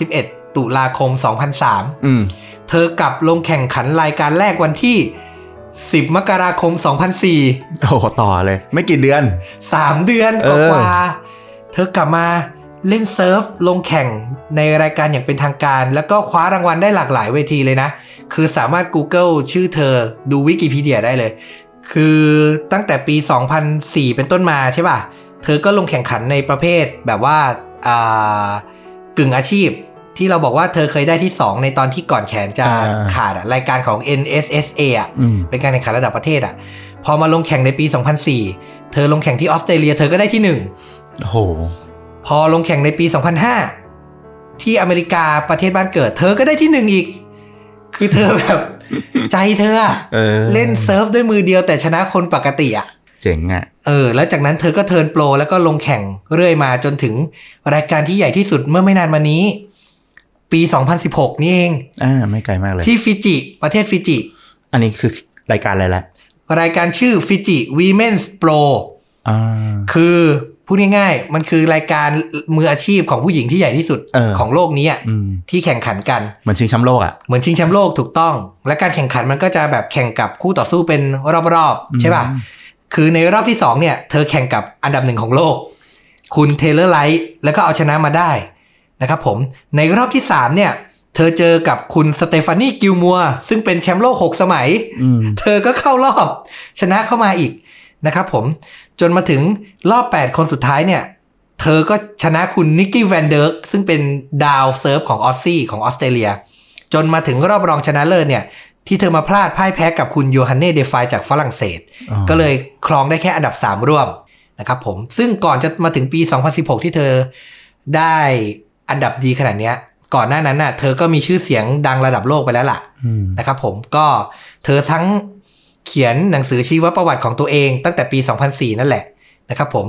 S1: 31 ตุลาคม 2003
S2: อืม
S1: เธอกลับลงแข่งขันรายการแรกวันที่ 10 มกราคม 2004
S2: โอ้โหต่อเลย ไม่กี่เดือน
S1: 3 เดือน
S2: เอก อ
S1: ว่าๆเธอกลับมาเล่นเซิร์ฟลงแข่งในรายการอย่างเป็นทางการ แล้วก็คว้ารางวัลได้หลากหลายเวทีเลยนะ คือสามารถ Google ชื่อเธอดูวิกิพีเดียได้เลย คือตั้งแต่ปี 2004 เป็นต้นมาใช่ป่ะ เธอก็ลงแข่งขันในประเภทแบบว่าอ่ากึ่งอาชีพ ที่เราบอกว่าเธอเคยได้ที่ 2 ในตอนที่ก่อนแขนจะ
S2: อ่า
S1: ขาดอะรายการของ NSSA อ่ะ
S2: อืม
S1: เป็นการแข่งขันระดับประเทศอ่ะ พอมาลงแข่งในปี 2004 เธอลงแข่งที่ออสเตรเลียเธอก็ได้ที่
S2: โอ้โห
S1: 1 พอลงแข่งในปี 2005 ที่อเมริกาประเทศบ้านเกิด เธอก็ได้ที่ 1 อีก คือเธอแบบ ใจเธออะ
S2: เออ
S1: เล่นเซิร์ฟด้วยมือเดียวแต่ชนะคนปกติอ่ะ
S2: เจ๋งอ่ะ
S1: เออ แล้วจากนั้นเธอก็เทิร์นโปรแล้วก็ลงแข่งเรื่อยมาจนถึงรายการที่ใหญ่ที่สุดเมื่อไม่นานมานี้ ปี 2016 นี่เอง
S2: อ่า ไม่ไกลมากเลย
S1: ที่ฟิจิประเทศฟิจิ
S2: อันนี้คือรายการอะไรละ
S1: รายการชื่อฟิจิ Women's Pro
S2: อ่า
S1: คือพูดง่ายๆ มันคือรายการมืออาชีพของผู้หญิงที่ใหญ่ที่สุด
S2: เออ
S1: ของโลกนี้อะ
S2: อืม
S1: ที่แข่งขันกัน
S2: เหมือนชิงแชมป์โลกอ่ะ
S1: เหมือนชิงแชมป์โลกถูกต้อง และการแข่งขันมันก็จะแบบแข่งกับคู่ต่อสู้เป็นรอบๆ ใช่ป่ะ คือในรอบที่สองเนี่ย เธอแข่งกับอันดับหนึ่งของโลก คุณเทเลอร์ไลท์แล้วก็เอาชนะมาได้นะครับผมในรอบที่สามเนี่ย เธอเจอกับคุณสเตฟานีกิลมัวร์ซึ่งเป็นแชมป์โลกหกสมัย
S2: อืม
S1: เธอก็เข้ารอบชนะเข้ามาอีกนะครับผมจนมาถึงรอบ 8 คนสุดท้ายเนี่ย เธอก็ชนะคุณนิกกี้แวนเดอร์กซึ่งเป็นดาวเซิร์ฟของออสซี่ของออสเตรเลีย จนมาถึงรอบรองชนะเลิศเนี่ย ที่เธอมาพลาดพ่ายแพ้กับคุณโยฮันเน่เดฟายจากฝรั่งเศส
S2: อ๋อ
S1: ก็เลยครองได้แค่อันดับ 3 ร่วมนะครับผมซึ่งก่อนจะมาถึงปี 2016 ที่เธอได้อันดับดีขนาดเนี้ย ก่อนหน้านั้นน่ะเธอก็มีชื่อเสียงดังระดับโลกไปแล้วล่ะ
S2: อืม
S1: นะครับผมก็เธอทั้งเขียนหนังสือชีวประวัติของตัวเองตั้งแต่ปี 2004 นั่นแหละนะครับผม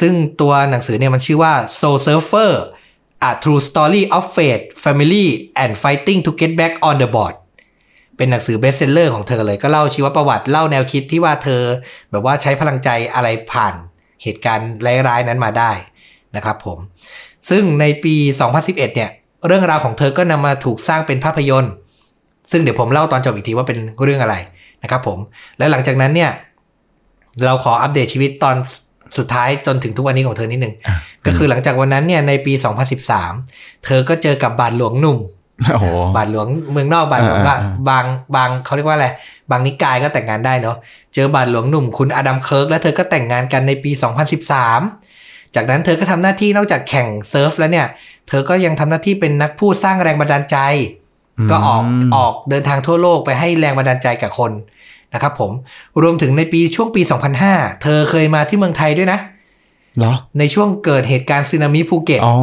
S1: ซึ่งตัวหนังสือเนี่ยมันชื่อว่า Soul Surfer A True Story of Faith Family and Fighting to Get Back on the Board เป็นหนังสือเบสเซลเลอร์ของเธอเลยก็เล่าชีวประวัติเล่าแนวคิดที่ว่าเธอแบบว่าใช้พลังใจอะไรผ่านเหตุการณ์ร้ายๆนั้นมาได้นะครับผม ซึ่งในปี 2011 เนี่ย เรื่องราวของเธอก็นำมาถูกสร้างเป็นภาพยนตร์ ซึ่งเดี๋ยวผมเล่าตอนจบอีกทีว่าเป็นเรื่องอะไรนะครับผม และหลังจากนั้นเนี่ย เราขออัปเดตชีวิตตอนสุดท้ายจนถึงทุกวันนี้ของเธอนิดนึง ก็คือหลังจากวันนั้นเนี่ยในปี 2013 เธอก็เจอกับบาทหลวงหนุ่ม
S2: โอ้โห
S1: บาทหลวงเมืองนอกบาทหลวงก็
S2: อ่าอ่าอ่า
S1: บางบางเขาเรียกว่าอะไรบางนิกายก็แต่งงานได้เนาะเจอบาทหลวงหนุ่มคุณอดัมเคิร์กและเธอก็แต่งงานกันในปี 2013 จากนั้นเธอก็ทำหน้าที่นอกจากแข่งเซิร์ฟแล้วเนี่ย เธอก็ยังทำหน้าที่เป็นนักพูดสร้างแรงบันดาลใจ ก็ออก
S2: อืม
S1: ออกเดินทางทั่วโลกไปให้แรงบันดาลใจกับคนนะครับผมรวมถึงในปีช่วงปี 2005 เธอเคยมาที่เมืองไทยด้วยนะ
S2: เหรอ
S1: ในช่วงเกิดเหตุการณ์สึนามิภูเก็ต
S2: อ๋อ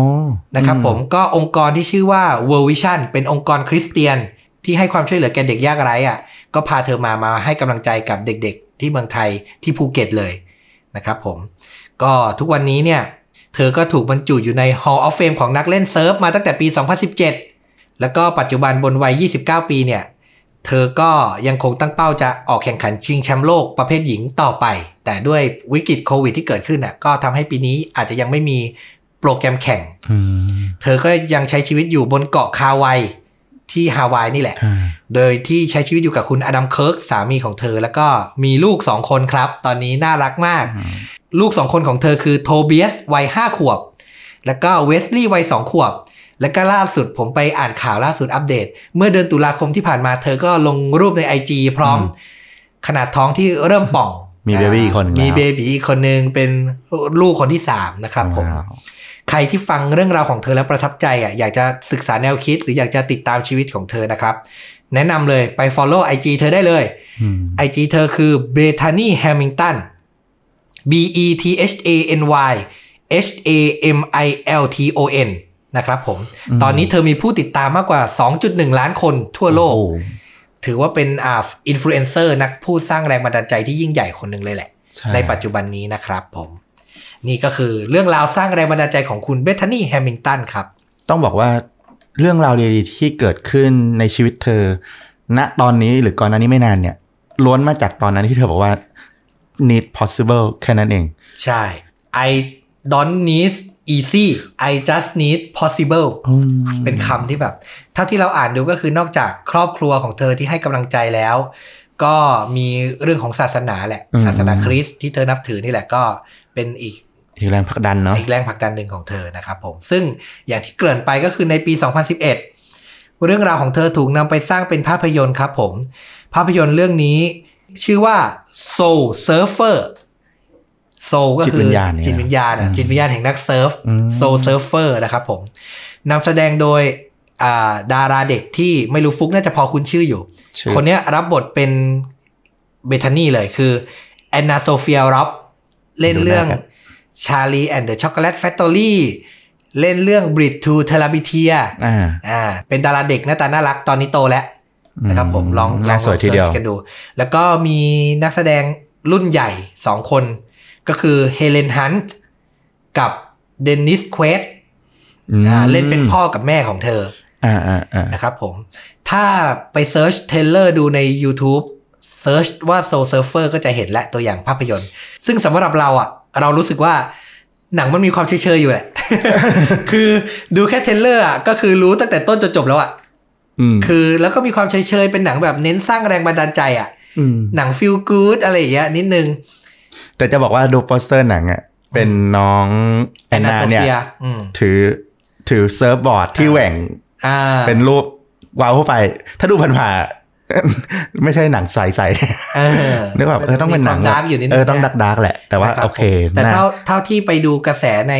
S1: นะครับ
S2: อื
S1: ผมก็องค์กรที่ชื่อว่า World Vision เป็นองค์กรคริสเตียน ที่ให้ความช่วยเหลือแก่เด็กยากไร้อ่ะก็พาเธอมามาให้กำลังใจกับเด็กๆ ที่เมืองไทยที่ภูเก็ตเลยนะครับผม ก็ทุกวันนี้เนี่ย เธอก็ถูกบรรจุอยู่ใน Hall of Fame ของนักเล่นเซิร์ฟมาตั้งแต่ปี 2017 แล้วก็ปัจจุบันบนวัย 29 ปีเนี่ย เธอก็ยังคงตั้งเป้าจะออกแข่งขันชิงแชมป์โลกประเภทหญิงต่อไป แต่ด้วยวิกฤตโควิดที่เกิดขึ้นน่ะก็ทำให้ปีนี้อาจจะยังไม่มีโปรแกรมแข่ง
S2: อืม
S1: เธอก็ยังใช้ชีวิตอยู่บนเกาะคาไวที่ฮาวายนี่แหละ
S2: อ่า
S1: โดยที่ใช้ชีวิตอยู่กับคุณอดัมเคิร์กสามีของเธอ แล้วก็มีลูกสองคนครับ ตอนนี้น่ารักมาก ลูกสองคนของเธอคือโทเบียสวัยห้าขวบ แล้วก็เวสลีย์วัยสองขวบ แล้วก็ล่าสุดผมไปอ่านข่าวล่าสุดอัปเดต เมื่อเดือนตุลาคมที่ผ่านมาเธอก็ลงรูปใน IG พร้อม ขนาดท้องที่เริ่มป่อง
S2: มีเบบี้อีกคนหนึ่ง
S1: มี
S2: แล้ว
S1: เบบีอีกคนนึงเป็นลูกคนที่สามนะครับผม
S2: ว้าว
S1: ใครที่ฟังเรื่องราวของเธอแล้วประทับใจอ่ะอยากจะศึกษาแนวคิด หรืออยากจะติดตามชีวิตของเธอนะครับ แนะนำเลยไป Follow IG เธอได้เลย
S2: อืม
S1: IG เธอคือ Bethany Hamilton B E T H A N Y H A M I L T O N นะครับผม
S2: อืม
S1: ตอนนี้เธอมีผู้ติดตามมากกว่า 2.1 ล้านคนทั่วโลก
S2: อ้ห
S1: ถือว่าเป็นอ่าอินฟลูเอนเซอร์นักพูดสร้างแรงบันดาลใจที่ยิ่งใหญ่คนหนึ่งเลยแหละ
S2: ช่
S1: ในปัจจุบันนี้นะครับผม นี่ก็คือเรื่องราวสร้างแรงบันดาลใจของคุณเบธานี่แฮมิงตันครับ
S2: ต้องบอกว่าเรื่องราวดีๆที่เกิดขึ้นในชีวิตเธอ ณตอนนี้หรือก่อนหน้านี้ไม่นานเนี่ย ล้วนมาจากตอนนั้นที่เธอบอกว่า need possible แค่นั้นเอง
S1: ใช่ I don't need easy I just need possible เป็นคำที่แบบ เท่าที่เราอ่านดูก็คือนอกจากครอบครัวของเธอที่ให้กำลังใจแล้ว ก็มีเรื่องของศาสนาแหละ
S2: อืม
S1: ศาสนาคริสต์ที่เธอนับถือนี่แหละก็เป็นอีก
S2: อีกแรงผลักดันเนาะ
S1: อีกแรงผลักดันหนึ่งของเธอนะครับผม ซึ่งอย่างที่เกริ่นไปก็คือในปี 2011 เรื่องราวของเธอถูกนำไปสร้างเป็นภาพยนตร์ครับผม ภาพยนตร์เรื่องนี้ชื่อว่า Soul Surfer Soul ก็คือจิตวิญญาณอะจิตวิญญาณแห่งนักเซิร์ฟ
S2: อืม
S1: Soul Surfer นะครับผมนำแสดงโดยอ่าดาราเด็กที่ไม่รู้ฟุกน่าจะพอคุ้นชื่ออยู่
S2: ชื่อ
S1: คนเนี้ยรับบทเป็นเบธานี่เลยคือแอนนาโซเฟียรับเล่นเรื่อง
S2: ดูหน้ากัน
S1: ชาลีแอนเดอะช็อกโกแลตแฟคทอรี่เล่นเรื่องบริดทูเทลาบิเทีย
S2: อ่า
S1: อ่าเป็นดาราเด็กหน้าตาน่ารักตอนนี้โตแล้ว
S2: นะ
S1: นะครับผมลองลอ
S2: น่าง สวยทีเดียว
S1: สิร์ชกันดู แล้วก็มีนักแสดงรุ่นใหญ่สองคน ก็คือเฮเลนฮันต์กับเดนนิสเควสอ่าเล่นเป็นพ่อกับแม่ของเธอ
S2: อ่าอ่าอ่า
S1: นะครับผม ถ้าไปเซิร์ชเทเลอร์ดูใน YouTube เซิร์ชว่า Soul Surfer ก็จะเห็นและตัวอย่างภาพยนตร์ ซึ่งสำหรับเราอ่ะ เรารู้สึกว่าหนังมันมีความเชยๆอยู่แหละ คือดูแค่เทเลอร์อ่ะก็คือรู้ตั้งแต่ต้นจนจบแล้วอ่ะ
S2: อืม
S1: คือแล้วก็มีความเชยๆเป็นหนังแบบเน้นสร้างแรงบันดาลใจอ่ะ
S2: ม
S1: หนังฟิลกู๊ดอะไรอย่างเงี้ยนิดนึง
S2: แต่จะบอกว่าดูโปสเตอร์หนังอ่ะเป็นน้องแอนนา
S1: โซ
S2: เนี่ย
S1: เฟียอืม
S2: ถือถือเซิร์ฟบอร์ดที่แหว่ง
S1: อ่า
S2: เป็นรูปวาวเข้าไป ถ้าดูผ่านๆ ไม่ใช่หนังใสๆเนี่ย
S1: เออ
S2: นึกว่าเออต้องเป็นหนัง
S1: มีความดาร์กอยู่นิดนึง
S2: เออต้อง
S1: นะ
S2: ดักดาร์กๆแหละ แต่ว่า
S1: นะครับ
S2: โอเค
S1: ผมแต่
S2: น่า
S1: เท่าเท่าที่ไปดูกระแสใน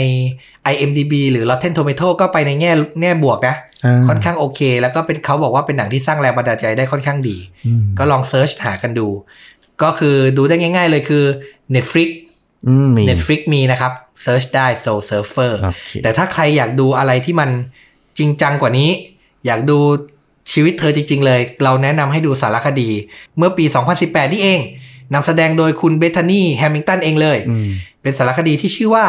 S1: IMDB หรือ Rotten Tomato ก็ไปในแง่แง่บวกนะ
S2: เออ
S1: ค่อนข้างโอเค แล้วก็เป็นเขาบอกว่าเป็นหนังที่สร้างแรงบันดาลใจได้ค่อนข้างดี
S2: อืม
S1: ก็ลองเซิร์ชหากันดู ก็คือดูได้ง่าย ๆ เลยคือ Netflix
S2: อืมมี
S1: Netflix มีนะครับเซิร์ชได้ Soul Surfer
S2: โอเค
S1: แต่ถ้าใครอยากดูอะไรที่มันจริงจังกว่านี้ อยากดูชีวิตเธอจริง ๆ เลย เราแนะนำให้ดูสารคดี เมื่อปี 2018 นี่เองนำแสดงโดยคุณเบธานี่แฮมิงตันเองเลย
S2: อืม
S1: เป็นสารคดีที่ชื่อว่า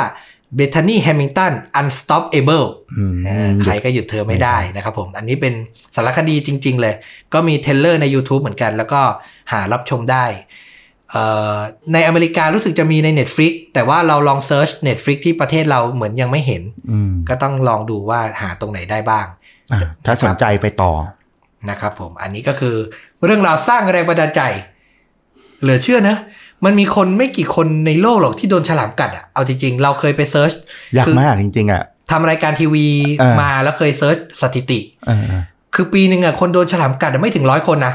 S1: Bethany Hamilton Unstoppable
S2: อืม
S1: อ่าใครก็หยุดเธอไม่ได้นะครับผม อันนี้เป็นสารคดีจริง ๆ เลย ก็มีเทรลเลอร์ใน YouTube เหมือนกัน แล้วก็หารับชมได้เอ่อในอเมริการู้สึกจะมีใน Netflix แต่ว่าเราลองเซิร์ช Netflix ที่ประเทศเราเหมือนยังไม่เห็น
S2: อืม
S1: ก็ต้องลองดูว่าหาตรงไหนได้บ้าง
S2: อ่ะถ้าสนใจไปต่อ
S1: นะครับผม อันนี้ก็คือเรื่องราวสร้างแรงบันดาลใจ เหลือเชื่อนะ มันมีคนไม่กี่คนในโลกหรอกที่โดนฉลามกัดอะเอาจริงๆ เราเคยไปเซิร์ช
S2: ยาก
S1: คือ
S2: มากจริง ๆ อ่ะ
S1: ทำรายการทีวี
S2: อ่าม
S1: มาแล้วเคยเซิร์ชสถิติ
S2: เออ
S1: คือปีหนึ่งอะคนโดนฉลามกัดอะไม่ถึงร้อยคนนะ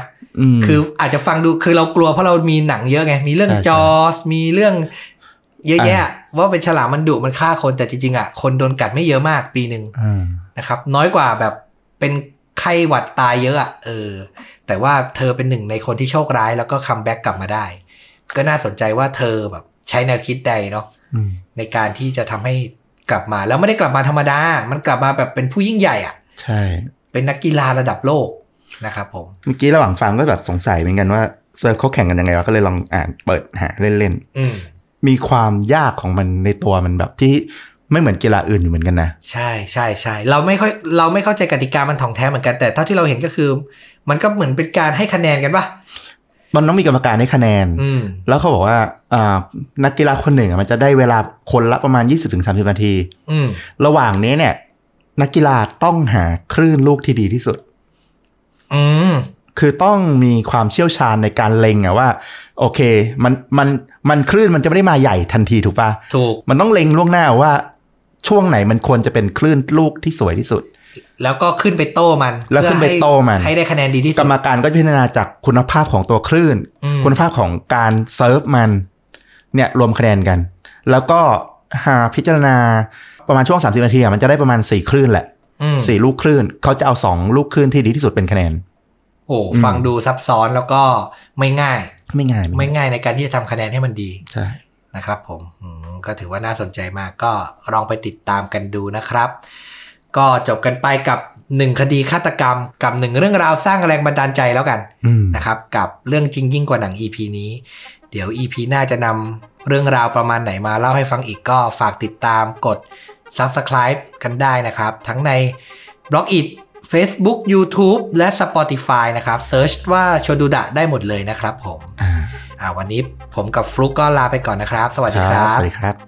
S2: ม
S1: คืออาจจะฟังดูคือเรากลัวเพราะเรามีหนังเยอะไง มีเรื่อง
S2: ใช่
S1: จอสมีเรื่อง เยอะแยะ ว่าเป็นฉลามมันดุมันฆ่าคนแต่จริงๆอ่ะคนโดนกัดไม่เยอะมากปีหนึ่ง
S2: อ่า
S1: นะครับน้อยกว่าแบบเป็นไข้หวัดตายเยอะอะเออ แต่ว่าเธอเป็นหนึ่งในคนที่โชคร้ายแล้วก็คัมแบ็กกลับมาได้ ก็น่าสนใจว่าเธอแบบใช้แนวคิดใดเนาะ
S2: อืม
S1: ในการที่จะทำให้กลับมาแล้วไม่ได้กลับมาธรรมดา มันกลับมาแบบเป็นผู้ยิ่งใหญ่อะ
S2: ใช่
S1: เป็นนักกีฬาระดับโลกนะครับผม
S2: เมื่อกี้ระหว่างฟังก็แบบสงสัยเหมือนกันว่าเซิร์ฟเขาแข่งกันยังไงวะก็เลยลองอ่านเปิดหาเล่น
S1: อืม
S2: ๆ มีความยากของมันในตัวมันแบบที่ไม่เหมือนกีฬาอื่นอยู่เหมือนกันนะ
S1: ใช่ใช่ใช่เราไม่ค่อยเราไม่เข้าใจกติกามันถ่องแท้เหมือนกันแต่เท่าที่เราเห็นก็คือ มันก็เหมือนเป็นการให้คะแนนกันปะ
S2: มันต้องมีกรรมการให้คะแนน
S1: อืม
S2: แล้วเขาบอกว่าอ่านักกีฬาคนหนึ่งอ่ะมันจะได้เวลาคนละประมาณ 20-30 นาที
S1: อืม
S2: ระหว่างนี้เนี่ย นักกีฬาต้องหาคลื่นลูกที่ดีที่สุด
S1: อืม
S2: คือต้องมีความเชี่ยวชาญในการเล็งอะว่า โอเค มันมันมันคลื่นมันจะไม่ได้มาใหญ่ทันทีถูกปะ
S1: ถูก
S2: มันต้องเล็งล่วงหน้าว่าช่วงไหนมันควรจะเป็นคลื่นลูกที่สวยที่สุด
S1: แล้วก็ขึ้นไปโต้มัน
S2: แล้วขึ้นไปโต้มัน
S1: เพื่อให้ให้ได้คะแนนดีที่
S2: ก
S1: สุ
S2: ร
S1: ด
S2: รมการก็จะพิจารณาจากคุณภาพของตัวคลื่น
S1: อืม
S2: คุณภาพของการเซิร์ฟมัน เนี่ยรวมคะแนนกัน แล้วก็หาพิจารณาประมาณช่วง 30 นาทีอะมันจะได้ประมาณ 4 คลื่นแหละ
S1: อืม
S2: 4 ลูกคลื่นเขาจะเอา 2 ลูกคลื่นที่ดีที่สุดเป็นคะแนน
S1: โอ้
S2: อืม
S1: ฟังดูซับซ้อนแล้วก็ไม่ง่าย
S2: ไม่ง่าย
S1: ไม่ง่ายในการที่จะทำคะแนนให้มันดี
S2: ใช่
S1: นะครับผมอืมก็ถือว่าน่าสนใจมากก็ลองไปติดตามกันดูนะครับ ก็จบกันไปกับหนึ่งคดีฆาตกรรมกับหนึ่งเรื่องราวสร้างแรงบันดาลใจแล้วกัน
S2: อืม
S1: นะครับกับเรื่องจริงยิ่งกว่าหนัง EP นี้ เดี๋ยว EP หน้าจะนำเรื่องราวประมาณไหนมาเล่าให้ฟังอีกก็ฝากติดตามกด Subscribe กันได้นะครับ ทั้งใน b l o g i t Facebook YouTube และ Spotify นะครับเซิร์ชว่าโชดูดะได้หมดเลยนะครับผม
S2: อ่า
S1: อ่าวันนี้ผมกับฟลุกก็ลาไปก่อนนะครับ สวัสดีค
S2: ค
S1: รั
S2: รับส
S1: บ
S2: วัสดีครับ